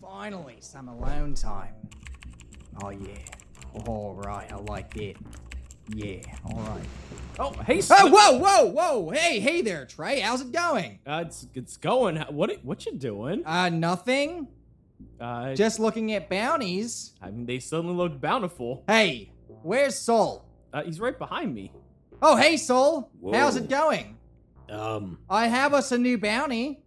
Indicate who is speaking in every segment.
Speaker 1: Finally, some alone time. Oh, yeah. Alright, I like that. Yeah, alright.
Speaker 2: Oh, hey,
Speaker 1: Oh,
Speaker 2: Snoop.
Speaker 1: whoa, whoa, whoa! Hey, hey there, Trey. How's it going?
Speaker 2: Uh, it's it's going. What what you doing?
Speaker 1: Uh, nothing.
Speaker 2: Uh,
Speaker 1: Just looking at bounties.
Speaker 2: I mean, they suddenly looked bountiful.
Speaker 1: Hey, where's Sol?
Speaker 2: Uh, he's right behind me.
Speaker 1: Oh, hey, Sol. How's
Speaker 3: Whoa.
Speaker 1: it going?
Speaker 3: Um.
Speaker 1: I have us a new bounty.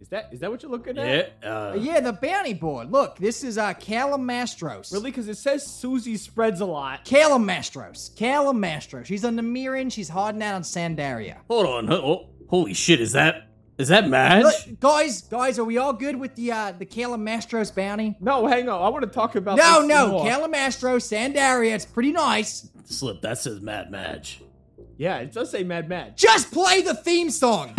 Speaker 2: Is that is that what you're looking at?
Speaker 3: Yeah. Uh,
Speaker 1: yeah, the bounty board. Look, this is uh, Calamastros.
Speaker 2: Really? Because it says Susie spreads a lot.
Speaker 1: Calamastros. Calamastros. She's a Nemiran. She's hiding out on Sandaria.
Speaker 3: Hold on. ho- Oh, holy shit! Is that is that Madge?
Speaker 1: Look, guys, guys, are we all good with the uh, the Calamastros bounty?
Speaker 2: No, hang on. I want to talk about
Speaker 1: No,
Speaker 2: this
Speaker 1: no,
Speaker 2: Uh, more.
Speaker 1: Calamastros, Sandaria. It's pretty nice.
Speaker 3: Slip. That says Mad Madge.
Speaker 2: yeah, it does say Mad Mad.
Speaker 1: Just play the theme song.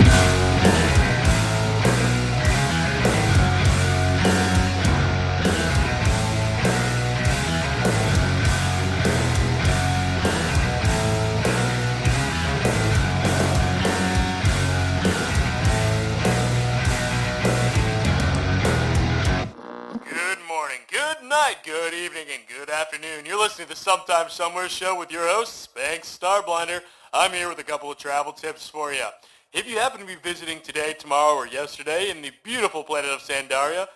Speaker 4: Good morning, good night, good evening, and good afternoon. You're listening to Sometime Somewhere show with your host, Spanx Starblinder. I'm here with a couple of travel tips for you. If you happen to be visiting today, tomorrow, or yesterday in the beautiful planet of Sandaria,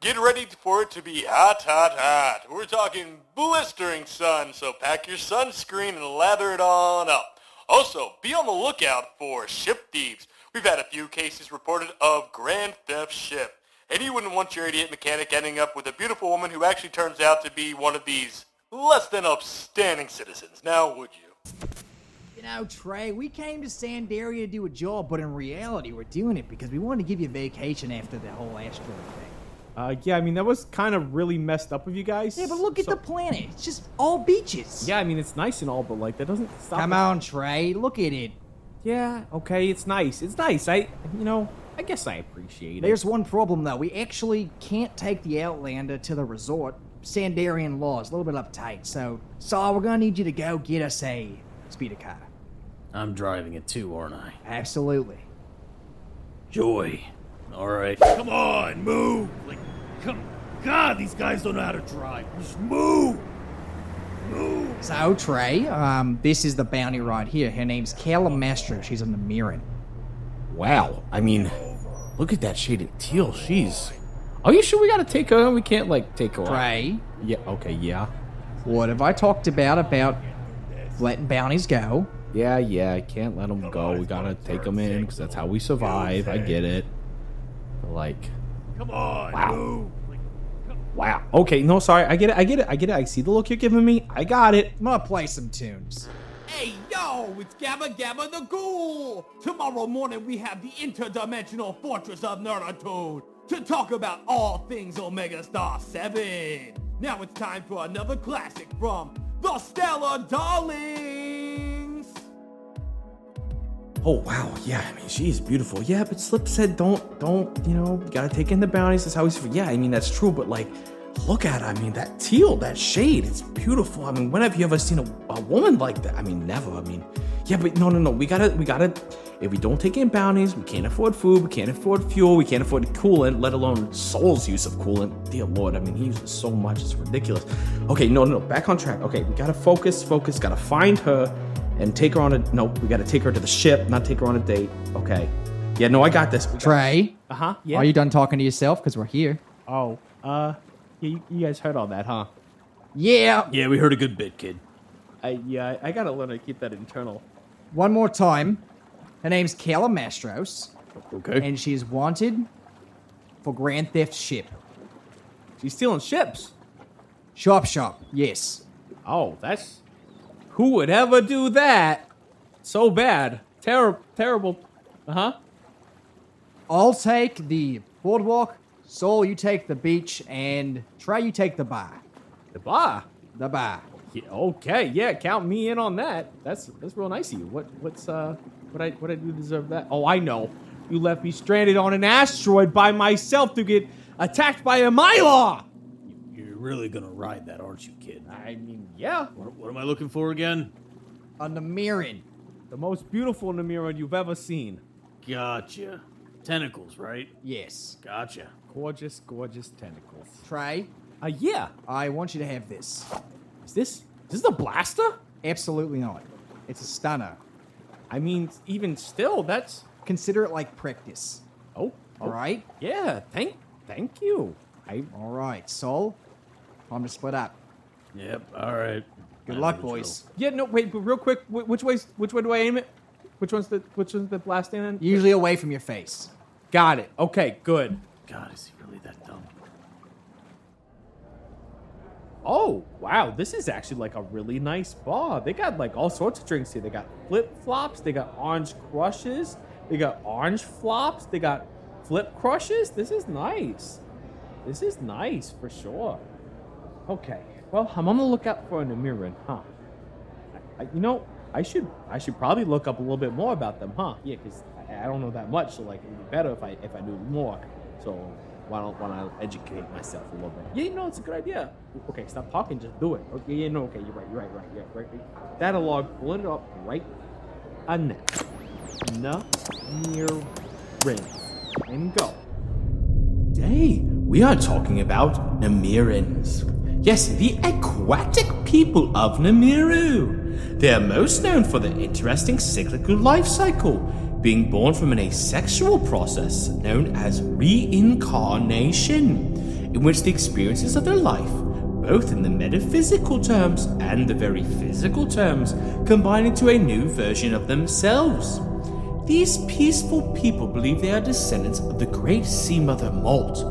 Speaker 4: get ready for it to be hot, hot, hot. We're talking blistering sun, so pack your sunscreen and lather it on up. Also, be on the lookout for ship thieves. We've had a few cases reported of grand theft ship. And you wouldn't want your idiot mechanic ending up with a beautiful woman who actually turns out to be one of these less than upstanding citizens. Now, would you?
Speaker 1: You know, Trey, we came to Sandaria to do a job, but in reality, we're doing it because we wanted to give you vacation after the whole asteroid thing.
Speaker 2: Uh, yeah, I mean that was kind of really messed up of you guys.
Speaker 1: Yeah, but look at
Speaker 2: So-
Speaker 1: the planet. It's just all beaches.
Speaker 2: Yeah, I mean it's nice and all, but like that doesn't stop.
Speaker 1: Come
Speaker 2: the-
Speaker 1: on, Trey. Look at it.
Speaker 2: Yeah. Okay, it's nice. It's nice. I you know I guess I appreciate it.
Speaker 1: There's one problem, though. We actually can't take the Outlander to the resort. Sandarian law is a little bit uptight, so, Saul, we're gonna need you to go get us a speeder car.
Speaker 3: I'm driving it too, aren't I?
Speaker 1: Absolutely.
Speaker 3: Joy. All right.
Speaker 5: Come on, move! Like, come. God, these guys don't know how to drive. Just move! Move!
Speaker 1: So, Trey, um, this is the bounty right here. Her name's Calamastro. She's a Namiran.
Speaker 3: Wow. I mean, look at that shaded teal. She's. Are you sure we gotta take her? We can't like take her. off?
Speaker 1: Trey,
Speaker 3: Yeah. Okay. Yeah.
Speaker 1: What have I talked about about letting bounties go?
Speaker 3: Yeah. Yeah. I can't let them go. We gotta take them in because that's how we survive. I get it. But like.
Speaker 5: Come on,
Speaker 3: Wow.
Speaker 5: move! Like,
Speaker 3: Wow. Okay. No. Sorry. I get it. I get it. I get it. I see the look you're giving me. I got it.
Speaker 1: I'm gonna play some tunes.
Speaker 6: Hey, yo, it's Gamma Gamma the Ghoul! Tomorrow morning we have the interdimensional fortress of Naruto to talk about all things Omega Star 7. Now it's time for another classic from the Stellar Darlings!
Speaker 3: Oh wow, yeah. I mean, she is beautiful. Yeah, but Slip said, "Don't, don't. You know, you gotta take in the bounties." That's how he's. Yeah, I mean that's true. But like, look at. Her. I mean that teal, that shade. It's beautiful. I mean, when have you ever seen a, a woman like that? I mean, never. I mean, yeah, but no, no, no. We gotta, we gotta. If we don't take in bounties, we can't afford food. We can't afford fuel. We can't afford coolant, let alone Soul's use of coolant. Dear Lord, I mean, he uses so much. It's ridiculous. Okay, no, no, no. Back on track. Okay, we gotta focus, focus. Gotta find her and take her on a no we gotta take her to the ship not take her on a date okay yeah no i got this We got-
Speaker 1: Trey,
Speaker 2: Uh huh. Yeah.
Speaker 1: are you done talking to yourself? Because we're here.
Speaker 2: Oh. Uh. Yeah, you, you guys heard all that, huh?
Speaker 1: Yeah.
Speaker 3: yeah we heard a good bit kid
Speaker 2: I yeah. I gotta learn to keep that internal.
Speaker 1: One more time. Her name's Calamastros,
Speaker 3: okay
Speaker 1: and she's wanted for Grand Theft Ship.
Speaker 2: She's stealing ships.
Speaker 1: Shop shop, yes.
Speaker 2: Oh, that's. Who would ever do that? So bad. Terrible. Terrible. Uh huh.
Speaker 1: I'll take the boardwalk, Sol, you take the beach, and Trey, you take the bar.
Speaker 2: The bar.
Speaker 1: The bar.
Speaker 2: Yeah, okay. Yeah. Count me in on that. That's that's real nice of you. What what's uh what I what I do to deserve that? Oh, I know. You left me stranded on an asteroid by myself to get attacked by a mylar.
Speaker 5: You're really gonna ride that, aren't you, kid?
Speaker 2: I mean, yeah.
Speaker 5: What, what am I looking for again?
Speaker 1: On the Mirin.
Speaker 2: The most beautiful Namira you've ever seen.
Speaker 5: Gotcha. Tentacles, right?
Speaker 1: Yes.
Speaker 5: Gotcha.
Speaker 2: gorgeous, gorgeous tentacles.
Speaker 1: Trey,
Speaker 2: Uh, yeah.
Speaker 1: I want you to have this.
Speaker 2: Is this is this a blaster?
Speaker 1: Absolutely not. It's a stunner.
Speaker 2: I mean, even still, that's
Speaker 1: Consider it like practice.
Speaker 2: oh,
Speaker 1: All right?
Speaker 2: Yeah, thank thank you. I
Speaker 1: All right, Sol. Time to split up.
Speaker 5: Yep, alright.
Speaker 1: Good luck, boys.
Speaker 2: yeah no wait, but real quick, wh- which ways which way do I aim it? Which one's the which one's the blast in?
Speaker 1: Usually away from your face.
Speaker 2: Got it. Okay, good.
Speaker 5: God, is he really that dumb?
Speaker 2: Oh wow, this is actually like a really nice bar. They got like all sorts of drinks here. They got flip flops. They got orange crushes. They got orange flops. They got flip crushes. This is nice. This is nice for sure. Okay, well I'm on the lookout for an Amirin, huh? I, I, you know, I should I should probably look up a little bit more about them, huh? Yeah, because I, I don't know that much. So like, it'd be better if I if I knew more. So why don't why not educate myself a little bit? Yeah, you know, it's a good idea. Okay, stop talking, just do it. Okay, yeah, no, okay, you're right, you're right, right, yeah, right. right. That log, pull it up right. A net. No, near ring. And go.
Speaker 3: Today, we are talking about Namirans. Yes, the aquatic people of Namiru. They are most known for their interesting cyclical life cycle, being born from an asexual process known as reincarnation, in which the experiences of their life, both in the metaphysical terms and the very physical terms, combine into a new version of themselves. These peaceful people believe they are descendants of the great sea mother Molt.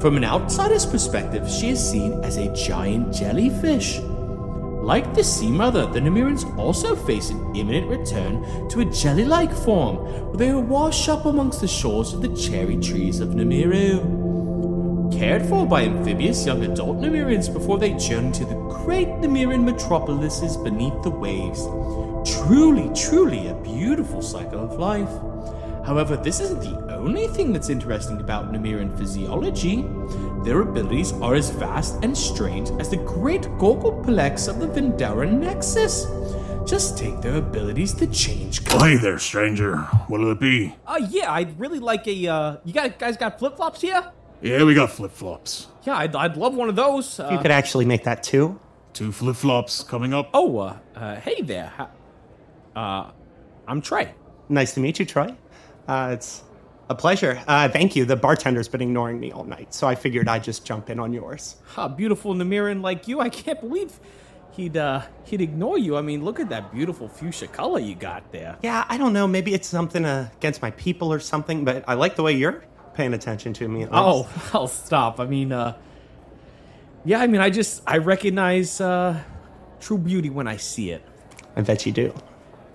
Speaker 3: From an outsider's perspective, she is seen as a giant jellyfish. Like the sea mother, the Nemerans also face an imminent return to a jelly like form, where they will wash up amongst the shores of the cherry trees of Nemeru cared for by amphibious young adult Nemerans before they journey to the great Nemeran metropolises beneath the waves. Truly, truly a beautiful cycle of life. However, this isn't the only thing that's interesting about Nemeran physiology. Their abilities are as vast and strange as the great Gorgoplex of the Vendaran Nexus. Just take their abilities to change color.
Speaker 7: Oh, Hey there, stranger. What'll it be?
Speaker 2: Uh, yeah, I'd really like a. Uh, you got guys got flip flops here?
Speaker 7: Yeah, we got flip flops.
Speaker 2: Yeah, I'd, I'd love one of those. Uh,
Speaker 8: You could actually make that two.
Speaker 7: Two flip flops coming up.
Speaker 2: Oh, uh, uh, hey there. Ha- Uh, I'm Trey.
Speaker 8: Nice to meet you, Troy. Uh, it's a pleasure. Uh, thank you. The bartender's been ignoring me all night, so I figured I'd just jump in on yours.
Speaker 2: Ha, beautiful Namiran like you. I can't believe he'd uh, he'd ignore you. I mean, look at that beautiful fuchsia color you got there.
Speaker 8: Yeah, I don't know. Maybe it's something uh, against my people or something, but I like the way you're paying attention to me. at
Speaker 2: Oh,
Speaker 8: least.
Speaker 2: I'll stop. I mean, uh, yeah. I mean, I just I recognize uh, true beauty when I see it.
Speaker 8: I bet you do.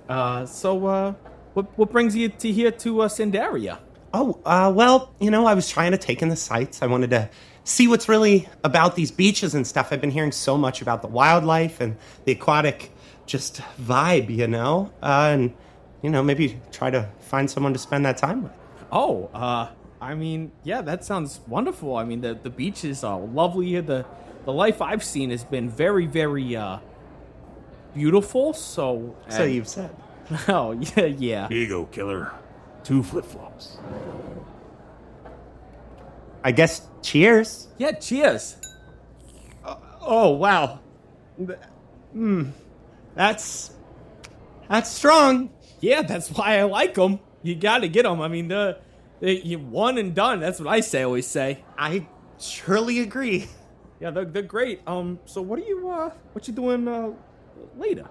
Speaker 2: Uh, so, uh, what what brings you to here to uh, Sindaria?
Speaker 8: Oh, uh, well, you know, I was trying to take in the sights. I wanted to see what's really about these beaches and stuff. I've been hearing so much about the wildlife and the aquatic just vibe, you know? Uh, and, you know, maybe try to find someone to spend that time with.
Speaker 2: Oh, uh, I mean, yeah, that sounds wonderful. I mean, the, the beaches are lovely here. The the life I've seen has been very, very uh, beautiful. So,
Speaker 8: So you've said.
Speaker 2: oh yeah, yeah.
Speaker 7: Here you go, killer. Two flip flops.
Speaker 8: I guess cheers.
Speaker 2: Yeah, cheers. oh, wow. hmm,
Speaker 8: That's that's strong.
Speaker 2: Yeah, that's why I like them. You got to get them. I mean, the, the you one and done. That's what I say always say.
Speaker 8: I surely agree.
Speaker 2: Yeah, they're, they're great. Um, so what are you uh, what you doing uh, later?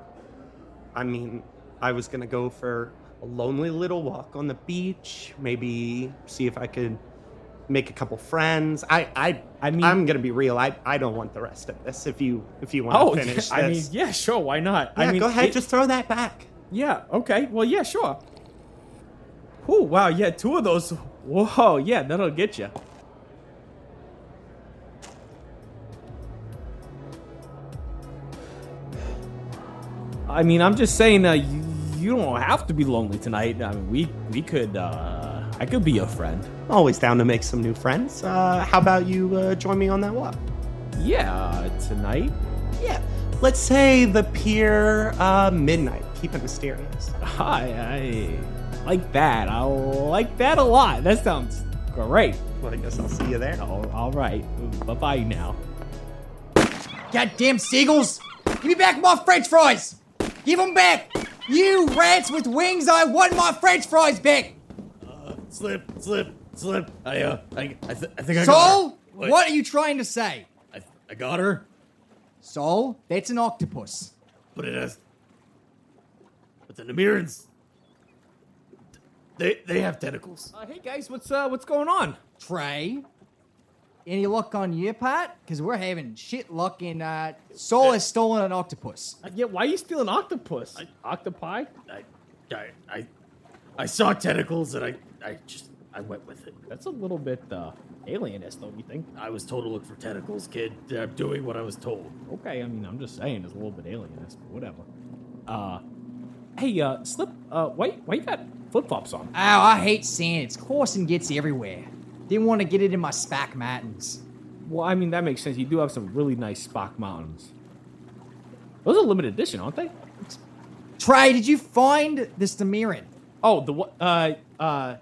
Speaker 8: I mean, I was gonna go for a lonely little walk on the beach, maybe see if I could make a couple friends. I I
Speaker 2: I mean-
Speaker 8: I'm gonna be real. I I don't want the rest of this. If you if you want
Speaker 2: Oh,
Speaker 8: to finish,
Speaker 2: yeah, I mean,
Speaker 8: this.
Speaker 2: yeah, sure, why not? I
Speaker 8: Yeah,
Speaker 2: mean,
Speaker 8: go ahead,
Speaker 2: it-
Speaker 8: just throw that back.
Speaker 2: Yeah, okay. Well, yeah, sure. Oh, wow. Yeah, two of those. Whoa, yeah, that'll get you. I mean, I'm just saying, uh, you, you don't have to be lonely tonight. I mean, we we could, uh, I could be your friend.
Speaker 8: Always down to make some new friends. Uh, how about you uh, join me on that walk?
Speaker 2: Yeah, tonight.
Speaker 8: Yeah, let's say the pier uh, midnight. Keep it mysterious.
Speaker 2: Hi, I like that. I like that a lot. That sounds Great.
Speaker 8: Well, I guess I'll see you there.
Speaker 2: All, all right. Bye bye now.
Speaker 1: Goddamn seagulls! Give me back my french fries! Give them back! You rats with wings, I want my french fries back!
Speaker 5: Slip, slip, slip. I, uh, I, I, th- I think I got her.
Speaker 1: Soul,
Speaker 5: Wait,
Speaker 1: what are you trying to say?
Speaker 5: I, I got her,
Speaker 1: Soul, that's an octopus.
Speaker 5: but it has. It's an Namirans. They, they have tentacles.
Speaker 2: Uh, hey guys, what's uh, what's going on?
Speaker 1: Trey, any luck on your part? Because we're having shit luck in, uh, Soul has stolen an octopus.
Speaker 2: Uh, yeah, why are you stealing octopus? Octopi?
Speaker 5: I, I, I, I saw tentacles and I, I just, I went with it.
Speaker 2: That's a little bit uh, alienist, don't you think?
Speaker 5: I was told to look for tentacles, kid. I'm doing what I was told.
Speaker 2: Okay, I mean, I'm just saying it's a little bit alienist, but whatever. Uh, hey, uh, Slip, uh, why, why you got flip flops on?
Speaker 1: Oh, I hate sand. It's coarse and gets everywhere. Didn't want to get it in my spack matins.
Speaker 2: Well, I mean, that makes sense. You do have some really nice Spock mountains. Those are limited edition, aren't they?
Speaker 1: Trey, did you find this Demirin?
Speaker 2: Oh, the what? Uh, uh,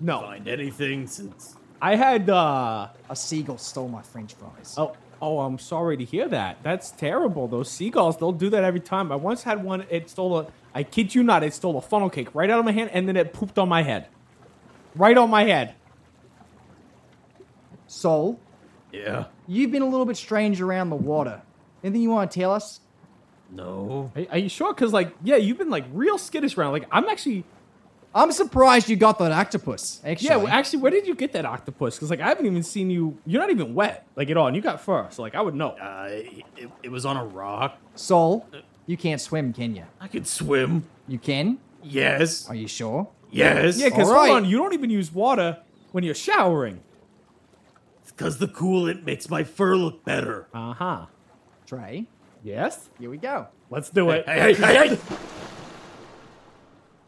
Speaker 2: no.
Speaker 5: Find anything since
Speaker 2: I had, uh,
Speaker 1: A seagull stole my french fries.
Speaker 2: Oh, oh, I'm sorry to hear that. That's terrible. Those seagulls, they'll do that every time. I once had one. It stole a. I kid you not. It stole a funnel cake right out of my hand, and then it pooped on my head, right on my head.
Speaker 1: Soul,
Speaker 5: Yeah.
Speaker 1: you've been a little bit strange around the water. Anything you want to tell us?
Speaker 5: No.
Speaker 2: Are, are you sure? Cause like, yeah, you've been like real skittish around. Like, I'm actually.
Speaker 1: I'm surprised you got that octopus. Actually,
Speaker 2: Yeah, well, actually, where did you get that octopus? Cause like, I haven't even seen you. You're not even wet like at all, and you got fur. So like, I would know.
Speaker 5: Uh, it, it was on a rock.
Speaker 1: Soul, you can't swim, can you?
Speaker 5: I could swim.
Speaker 1: You can?
Speaker 5: Yes.
Speaker 1: Are you sure?
Speaker 5: Yes.
Speaker 2: Yeah, cause
Speaker 1: Alright.
Speaker 2: hold on, you don't even use water when you're showering.
Speaker 5: Because the coolant makes my fur look better.
Speaker 2: Uh huh.
Speaker 1: Trey,
Speaker 2: Yes.
Speaker 1: here we go.
Speaker 2: Let's do it.
Speaker 5: Hey, hey, hey, hey!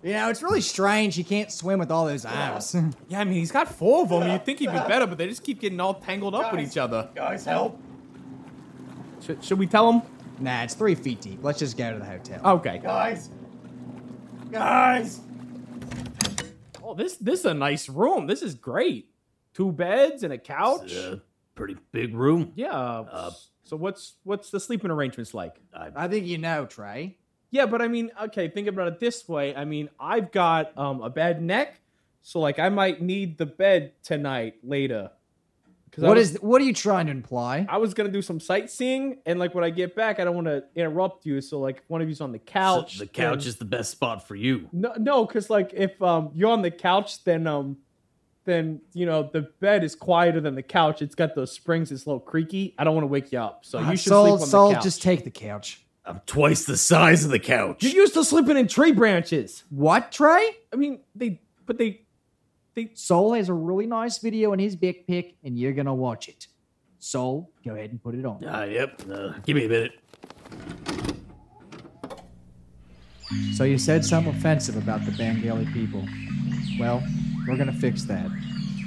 Speaker 1: You know, it's really strange you can't swim with all those arms.
Speaker 2: Yeah, I mean, he's got four of them. You'd think he'd be better, but they just keep getting all tangled up with each other.
Speaker 5: Guys, help!
Speaker 2: Should, should we tell him?
Speaker 1: nah, it's three feet deep. Let's just go to the hotel.
Speaker 2: Okay.
Speaker 5: Guys! Guys!
Speaker 2: Oh, this this is a nice room. This is great. Two beds and a couch.
Speaker 5: Uh, pretty big room.
Speaker 2: Yeah. uh, so what's what's the sleeping arrangements like?
Speaker 1: I think you know, Trey.
Speaker 2: Yeah, but I mean, okay, think about it this way. I mean, I've got um a bad neck, so like I might need the bed tonight later. 'Cause I
Speaker 1: What
Speaker 2: was-
Speaker 1: is? What are you trying to imply?
Speaker 2: I was gonna do some sightseeing, and like when I get back, I don't want to interrupt you. So like, if one of you's on the couch.
Speaker 5: the couch
Speaker 2: then-
Speaker 5: is the best spot for you.
Speaker 2: No, no, because like if um you're on the couch, then um, then you know the bed is quieter than the couch. It's got those springs. It's a little creaky. I don't want to wake you up, so Uh, you should
Speaker 1: Sol,
Speaker 2: sleep on
Speaker 1: Sol,
Speaker 2: the couch.
Speaker 1: Ah, just take the couch.
Speaker 5: I'm twice the size of the couch.
Speaker 2: you're used to sleeping in tree branches.
Speaker 1: What, Trey?
Speaker 2: I mean, they, but they,
Speaker 1: Soul has a really nice video in his big pick, and you're gonna watch it. Soul, go ahead and put it on.
Speaker 5: Ah, yep. Uh, give me a minute.
Speaker 1: So you said something offensive about the Bengali people. Well, we're gonna fix that.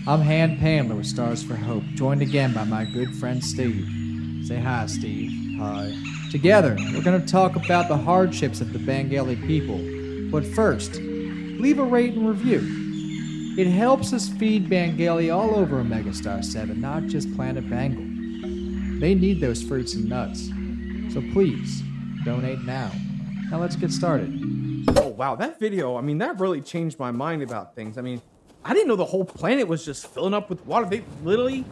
Speaker 1: I'm Han Pandler with Stars for Hope, joined again by my good friend Steve. Say hi, Steve. Hi. Together, we're gonna talk about the hardships of the Bengali people. But first, leave a rate and review. It helps us feed Bangali all over Omega Star 7, not just Planet Bangle. They need those fruits and nuts. So please, donate now. Now let's get started.
Speaker 2: oh wow, that video. I mean, that really changed my mind about things. I mean, I didn't know the whole planet was just filling up with water. They literally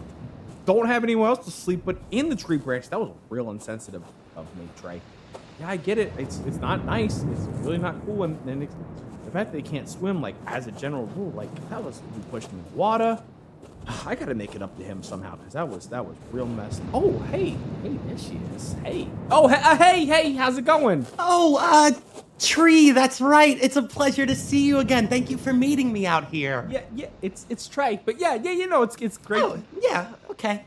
Speaker 2: don't have anywhere else to sleep but in the tree branch. That was real insensitive of me, Trey. Yeah, I get it. It's it's not nice. It's really not cool. And, and it's, the fact that they can't swim, like as a general rule, like that was you pushed me in the water. I gotta make it up to him somehow because that was that was real mess. Oh hey, hey there she is. Hey oh he- uh, hey hey, how's it going?
Speaker 8: Oh, uh, Tree, that's right. It's a pleasure to see you again. Thank you for meeting me out here.
Speaker 2: Yeah, yeah, it's it's Trey, but yeah, yeah, you know, it's it's great.
Speaker 8: Oh, yeah, okay.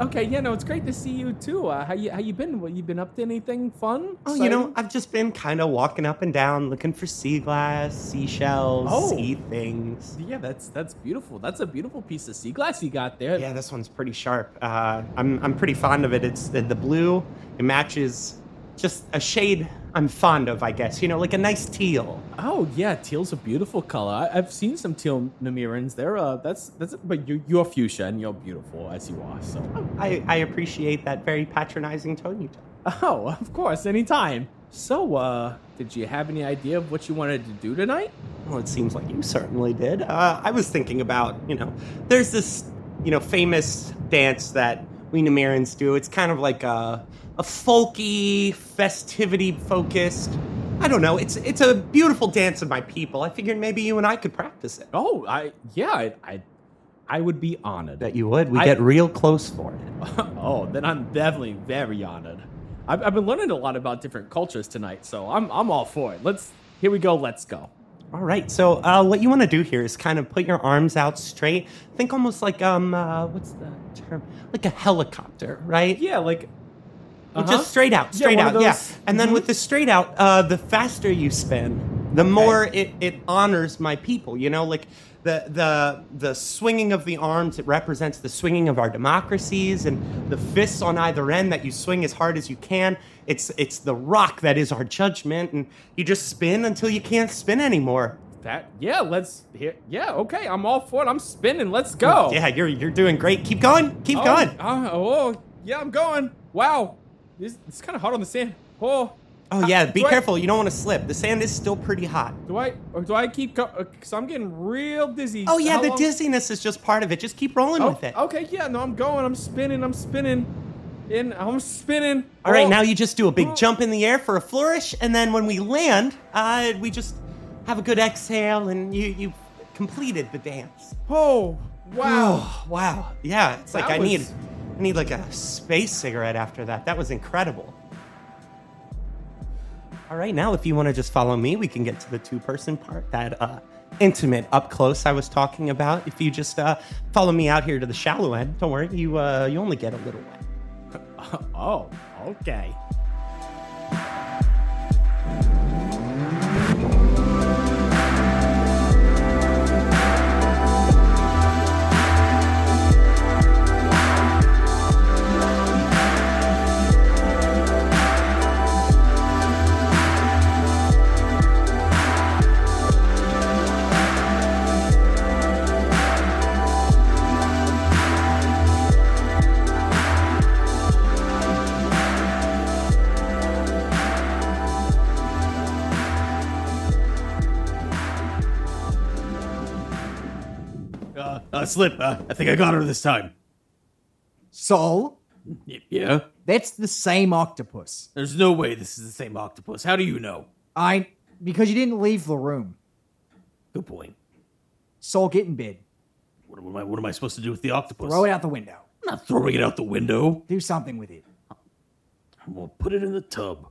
Speaker 2: Okay, yeah, no, it's great to see you too. Uh, how you how you been? What you been up to? Anything fun?
Speaker 8: Oh, you know,
Speaker 2: Exciting?
Speaker 8: I've just been kind of walking up and down looking for sea glass, seashells,
Speaker 2: Oh.
Speaker 8: sea things.
Speaker 2: yeah, that's that's beautiful. That's a beautiful piece of sea glass you got there.
Speaker 8: Yeah, this one's pretty sharp. Uh, I'm, I'm pretty fond of it. It's the, the blue, it matches just a shade I'm fond of, I guess. You know, like a nice teal.
Speaker 2: Oh yeah, teal's a beautiful color. I, I've seen some teal Namirans. They're uh, that's that's. But you, you're fuchsia and you're beautiful as you are. So
Speaker 8: I, I appreciate that very patronizing tone you took.
Speaker 2: oh, of course, anytime. So uh, did you have any idea of what you wanted to do tonight?
Speaker 8: Well, it seems like you certainly did. Uh, I was thinking about, you know, there's this, you know, famous dance that we Namirans do. It's kind of like a, a folky, festivity focused. I don't know. It's it's a beautiful dance of my people. I figured maybe you and I could practice it.
Speaker 2: Oh, I yeah, I I, I would be honored.
Speaker 8: That you would. We
Speaker 2: I-
Speaker 8: get real close for it.
Speaker 2: oh, then I'm definitely very honored. I've, I've been learning a lot about different cultures tonight, so I'm I'm all for it. Let's here we go. Let's go.
Speaker 8: All right. So uh, what you want to do here is kind of put your arms out straight. Think almost like um, uh, what's the term? Like a helicopter, right?
Speaker 2: Yeah, like
Speaker 8: Well,
Speaker 2: uh-huh.
Speaker 8: Just straight out,
Speaker 2: Yeah,
Speaker 8: straight
Speaker 2: one of
Speaker 8: out, yeah.
Speaker 2: those-
Speaker 8: And then
Speaker 2: mhm.
Speaker 8: with the straight out, uh, the faster you spin, the more it, it honors my people. You know, like the the the swinging of the arms, it represents the swinging of our democracies, and the fists on either end that you swing as hard as you can. It's it's the rock that is our judgment, and you just spin until you can't spin anymore.
Speaker 2: that. Yeah, let's here. Yeah, okay, I'm all for it. I'm spinning. Let's go.
Speaker 8: Yeah, you're you're doing great. Keep going, keep
Speaker 2: Oh,
Speaker 8: going.
Speaker 2: uh, oh, yeah, I'm going. Wow, this it's kind of hard on the sand. Oh,
Speaker 8: Oh yeah, be
Speaker 2: do I-
Speaker 8: careful. You don't want to slip. The sand is still pretty hot.
Speaker 2: do I or do I keep? Go- uh, Cause I'm getting real dizzy.
Speaker 8: Oh yeah,
Speaker 2: How
Speaker 8: the
Speaker 2: long-
Speaker 8: dizziness is just part of it. Just keep rolling
Speaker 2: Oh,
Speaker 8: with it.
Speaker 2: Okay, yeah, no, I'm going. I'm spinning. I'm spinning. In, I'm spinning.
Speaker 8: All right,
Speaker 2: Oh.
Speaker 8: now you just do a big
Speaker 2: Oh.
Speaker 8: jump in the air for a flourish, and then when we land, uh, we just have a good exhale, and you you completed the dance.
Speaker 2: Oh, wow.
Speaker 8: Oh, wow. Yeah, it's like
Speaker 2: That
Speaker 8: I need
Speaker 2: was-
Speaker 8: I need like a space cigarette after that. That was incredible. All right, now if you want to just follow me, we can get to the two-person part that uh, intimate up close I was talking about. If you just uh, follow me out here to the shallow end, don't worry, you uh, you only get a little wet.
Speaker 2: Oh, okay.
Speaker 5: Uh, uh, Slip, uh, I think I got her this time.
Speaker 1: Sol,
Speaker 5: Y- yeah?
Speaker 1: that's the same octopus.
Speaker 5: There's no way this is the same octopus. How do you know?
Speaker 1: I because you didn't leave the room.
Speaker 5: Good point.
Speaker 1: Sol, get in bed.
Speaker 5: What, what am, I, what am I supposed to do with the octopus?
Speaker 1: Throw it out the window.
Speaker 5: I'm not throwing it out the window.
Speaker 1: Do something with it.
Speaker 5: I'm gonna put it in the tub.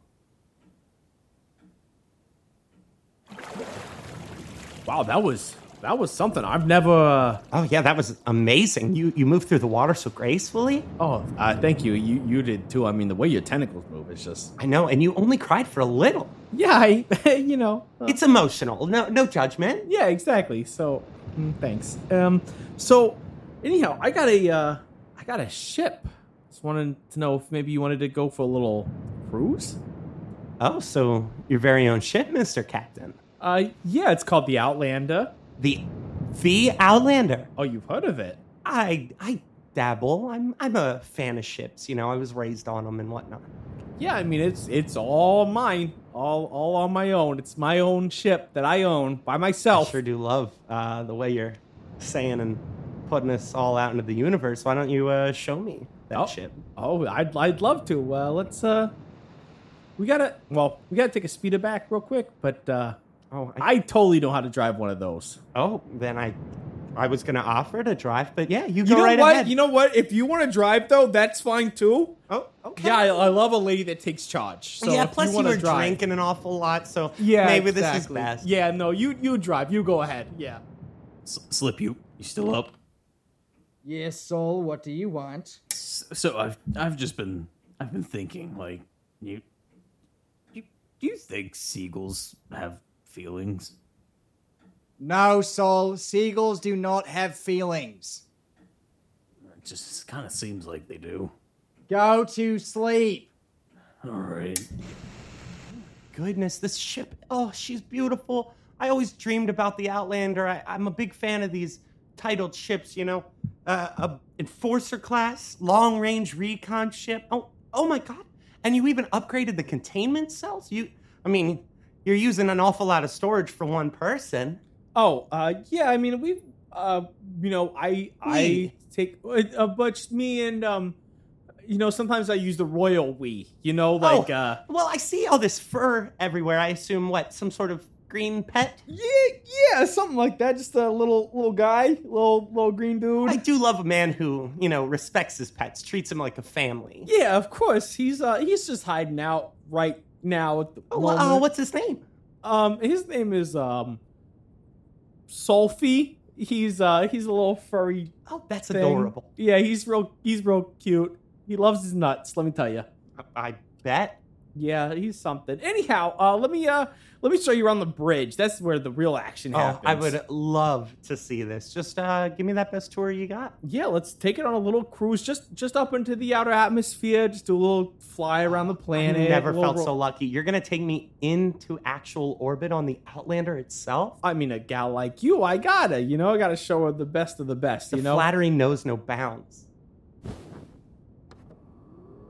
Speaker 2: Wow, that was that was something. I've never. Uh,
Speaker 8: Oh yeah, that was amazing. You you moved through the water so gracefully.
Speaker 2: oh, uh, thank you. You you did too. I mean, the way your tentacles move is just.
Speaker 8: I know, and you only cried for a little.
Speaker 2: Yeah, I, you know. uh,
Speaker 8: It's emotional. No no judgment.
Speaker 2: yeah, exactly. So, mm, thanks. Um, so anyhow, I got a uh, I got a ship. Just wanted to know if maybe you wanted to go for a little cruise.
Speaker 8: Oh, so your very own ship, Mister Captain,
Speaker 2: Uh, yeah, it's called the Outlander.
Speaker 8: the the Outlander.
Speaker 2: Oh, you've heard of it?
Speaker 8: I I dabble. I'm I'm a fan of ships. You know, I was raised on them and whatnot.
Speaker 2: Yeah, I mean it's it's all mine, all all on my own. It's my own ship that I own by
Speaker 8: I
Speaker 2: myself.
Speaker 8: sure do love uh, the way you're saying and putting us all out into the universe. Why don't you uh, show me that
Speaker 2: Oh.
Speaker 8: ship?
Speaker 2: Oh, I'd I'd love to. Uh, let's uh, we gotta well, we gotta take a speeder back real quick. But uh,
Speaker 8: Oh, I,
Speaker 2: I totally know how to drive one of those.
Speaker 8: oh, then I I was gonna offer to drive, but yeah, you go
Speaker 2: You know
Speaker 8: right
Speaker 2: what?
Speaker 8: ahead.
Speaker 2: You know what? If you want to drive though, that's fine too.
Speaker 8: oh, okay.
Speaker 2: Yeah, I, I love a lady that takes charge. So
Speaker 8: yeah,
Speaker 2: if
Speaker 8: plus
Speaker 2: you,
Speaker 8: you,
Speaker 2: wanna
Speaker 8: were
Speaker 2: drive,
Speaker 8: drinking an awful lot, so
Speaker 2: Yeah,
Speaker 8: maybe this is
Speaker 2: exactly.
Speaker 8: best.
Speaker 2: Yeah, no, you you drive. You go ahead. Yeah.
Speaker 5: S- Slip, you you still up?
Speaker 1: Yes, Sol, what do you want?
Speaker 5: S- So I've I've just been I've been thinking like you you do you think seagulls have feelings?
Speaker 1: No, Sol, seagulls do not have feelings.
Speaker 5: It just kind of seems like they do.
Speaker 1: Go to sleep.
Speaker 5: All right.
Speaker 8: goodness, this ship. Oh, she's beautiful. I always dreamed about the Outlander. I, I'm a big fan of these titled ships, you know. Uh, a enforcer class, long range recon ship. Oh, oh my god. And you even upgraded the containment cells? You I mean, you're using an awful lot of storage for one person.
Speaker 2: Oh, uh, yeah. I mean, we, uh, you know, I I
Speaker 8: We.
Speaker 2: take uh, uh, but just me and um, you know, sometimes I use the royal we. You know, like
Speaker 8: Oh.
Speaker 2: uh,
Speaker 8: Well, I see all this fur everywhere. I assume what, some sort of green pet?
Speaker 2: yeah, yeah, something like that. Just a little little guy, little little green dude.
Speaker 8: I do love a man who, you know, respects his pets, treats them like a family.
Speaker 2: yeah, of course. He's uh he's just hiding out right now. At the
Speaker 8: Oh,
Speaker 2: moment.
Speaker 8: uh, what's his name?
Speaker 2: Um, his name is um, Solfi. He's uh he's a little furry
Speaker 8: Oh, that's
Speaker 2: thing.
Speaker 8: adorable.
Speaker 2: Yeah, he's real he's real cute. He loves his nuts. Let me tell you.
Speaker 8: I I bet.
Speaker 2: Yeah, he's something. Anyhow, uh, let me uh, let me show you around the bridge. That's where the real action happens.
Speaker 8: Oh, I would love to see this. Just uh, give me that best tour you got.
Speaker 2: Yeah, let's take it on a little cruise, just just up into the outer atmosphere. Just do a little fly around the planet.
Speaker 8: I never
Speaker 2: a little
Speaker 8: felt
Speaker 2: ro-
Speaker 8: so lucky. You're gonna take me into actual orbit on the Outlander itself.
Speaker 2: I mean, a gal like you, I gotta, you know, I gotta show her the best of the best,
Speaker 8: The
Speaker 2: you know.
Speaker 8: flattery knows no bounds.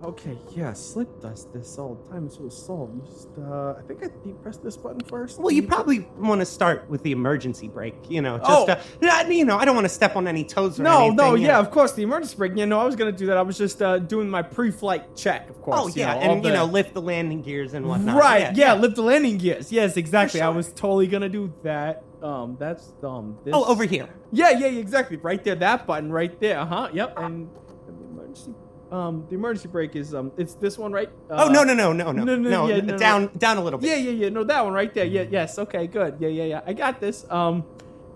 Speaker 3: Okay, yeah, slip dust this all the time. It's will solve. You just, uh, I think I deep press this button first.
Speaker 8: Well, you probably want to start with the emergency brake. You know, just uh, not- you know, I don't want to step on any toes or
Speaker 2: no,
Speaker 8: anything.
Speaker 2: no,
Speaker 8: you
Speaker 2: yeah,
Speaker 8: know.
Speaker 2: of course, the emergency brake. You know, I was gonna do that. I was just uh, doing my pre-flight check, of course.
Speaker 8: Oh yeah,
Speaker 2: you know, all
Speaker 8: and you
Speaker 2: the-
Speaker 8: know, lift the landing gears and whatnot.
Speaker 2: Right. Yeah,
Speaker 8: Yeah.
Speaker 2: lift the landing gears. Yes, exactly. I
Speaker 8: sure.
Speaker 2: was totally gonna do that. Um, that's um. This.
Speaker 8: Oh, over here.
Speaker 2: Yeah, yeah, yeah, exactly. Right there, that button right there. Uh huh. Yep. And the emergency, um, the emergency brake is um, it's this one right. Uh,
Speaker 8: oh no, no, no, no, no,
Speaker 2: no,
Speaker 8: no,
Speaker 2: no, yeah, no, no.
Speaker 8: down, down a little bit.
Speaker 2: Yeah, yeah, yeah. No, that one right there. Yeah. Yes. Okay. Good. Yeah, yeah, yeah. I got this. Um,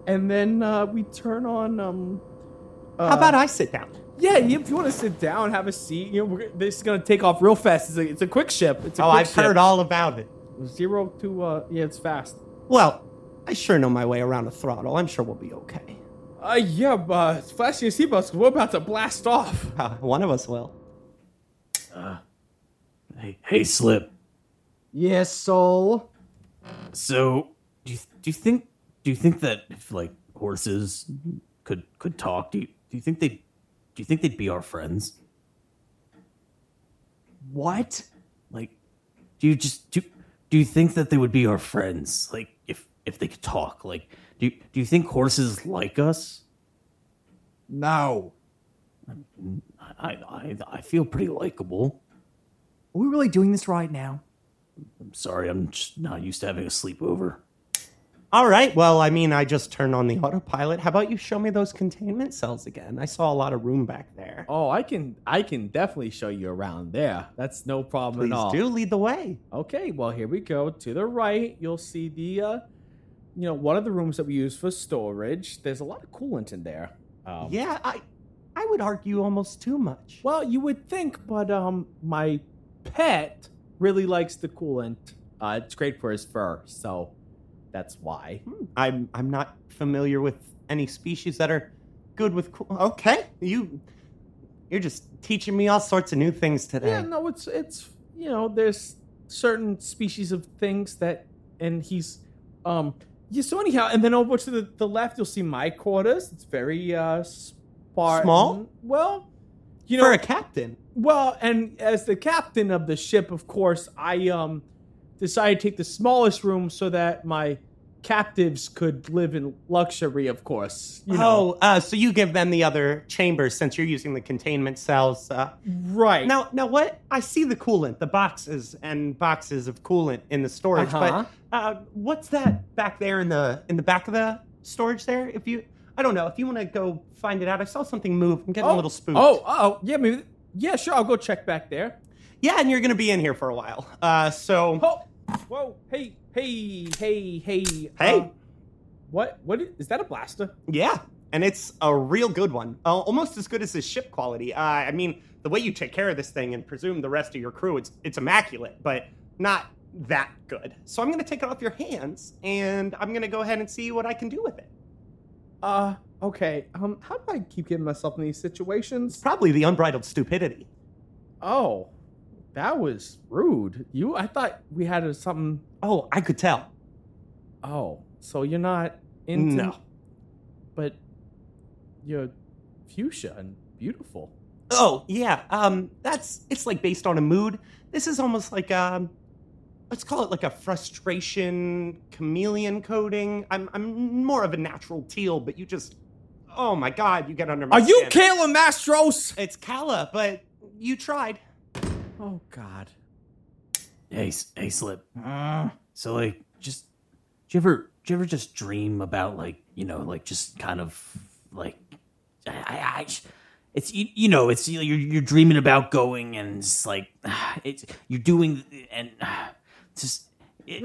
Speaker 2: and then uh, we turn on um. Uh,
Speaker 8: How about I sit down?
Speaker 2: Yeah, if you want to sit down, have a seat. You know, we're, this is gonna take off real fast. It's a, it's a quick ship. It's a
Speaker 8: Oh,
Speaker 2: quick
Speaker 8: I've
Speaker 2: ship.
Speaker 8: heard all about it.
Speaker 2: Zero to uh, yeah, it's fast.
Speaker 8: Well, I sure know my way around a throttle. I'm sure we'll be okay.
Speaker 2: Uh, yeah, uh, fasten your seatbelts 'cause we're about to blast off.
Speaker 8: Uh, one of us will.
Speaker 5: Hey, hey, Slip.
Speaker 1: Yes, soul.
Speaker 5: So, do you, do you think do you think that if like horses could could talk, do you do you think they do you think they'd be our friends?
Speaker 1: What?
Speaker 5: Like, do you just do do you think that they would be our friends? Like, if if they could talk, like, do you, do you think horses like us?
Speaker 1: No.
Speaker 5: I I, I feel pretty likable.
Speaker 1: Are we really doing this right now?
Speaker 5: I'm sorry, I'm just not used to having a sleepover.
Speaker 8: All right. Well, I mean, I just turned on the autopilot. How about you show me those containment cells again? I saw a lot of room back there.
Speaker 2: Oh, I can I can definitely show you around there. That's no problem
Speaker 8: Please
Speaker 2: at all.
Speaker 8: do lead the way.
Speaker 2: Okay, well here we go. To the right, you'll see the uh you know, one of the rooms that we use for storage. There's a lot of coolant in there. Um,
Speaker 8: Yeah, I, I would argue almost too much.
Speaker 2: Well, you would think, but um my pet really likes the coolant. Uh it's great for his fur, so that's why.
Speaker 8: Hmm, I'm I'm not familiar with any species that are good with cool. Okay, you, you're just teaching me all sorts of new things today.
Speaker 2: Yeah, no, it's it's you know, there's certain species of things that, and he's um yeah. So anyhow, and then over to the, the left, you'll see my quarters. It's very uh spartan.
Speaker 8: Small?
Speaker 2: Well, you know,
Speaker 8: For a captain,
Speaker 2: well, and as the captain of the ship, of course, I um decided to take the smallest room so that my captives could live in luxury. Of course, you know,
Speaker 8: oh, uh, so you give them the other chambers since you're using the containment cells. Uh,
Speaker 2: right
Speaker 8: Now, now what? I see the coolant, the boxes and boxes of coolant in the storage.
Speaker 2: Uh-huh.
Speaker 8: But uh, what's that back there in the in the back of the storage there? If you, I don't know. If you want to go find it out, I saw something move. I'm getting a little spooked.
Speaker 2: Oh, oh, yeah, maybe. Yeah, sure. I'll go check back there.
Speaker 8: yeah, and you're gonna be in here for a while. Uh, so
Speaker 2: Oh, whoa, hey, hey, hey, hey.
Speaker 8: Hey.
Speaker 2: uh, what, what is, is that a blaster?
Speaker 8: yeah, and it's a real good one, uh, almost as good as this ship quality. Uh, I mean, the way you take care of this thing and presume the rest of your crew, it's it's immaculate, but not that good. So I'm gonna take it off your hands, and I'm gonna go ahead and see what I can do with it.
Speaker 2: Uh, okay. Um, how do I keep getting myself in these situations?
Speaker 8: Probably the unbridled stupidity.
Speaker 2: Oh, That was rude. You, I thought we had a, something.
Speaker 8: Oh, I could tell.
Speaker 2: Oh, so you're not into?
Speaker 8: No.
Speaker 2: But you're fuchsia and beautiful.
Speaker 8: Oh yeah, um, that's it's like based on a mood. This is almost like um, let's call it like a frustration chameleon coding. I'm I'm more of a natural teal, but you just, oh my god, you get under my.
Speaker 2: Are you
Speaker 8: skin.
Speaker 2: Kayla Mastros?
Speaker 8: It's Kala, but you tried.
Speaker 2: Oh God.
Speaker 5: Hey, S- hey, Slip. so like, just do you ever do you ever just dream about like you know like just kind of like I, I, I sh- it's you, you know it's you're you're dreaming about going and it's like it's you're doing and just. it-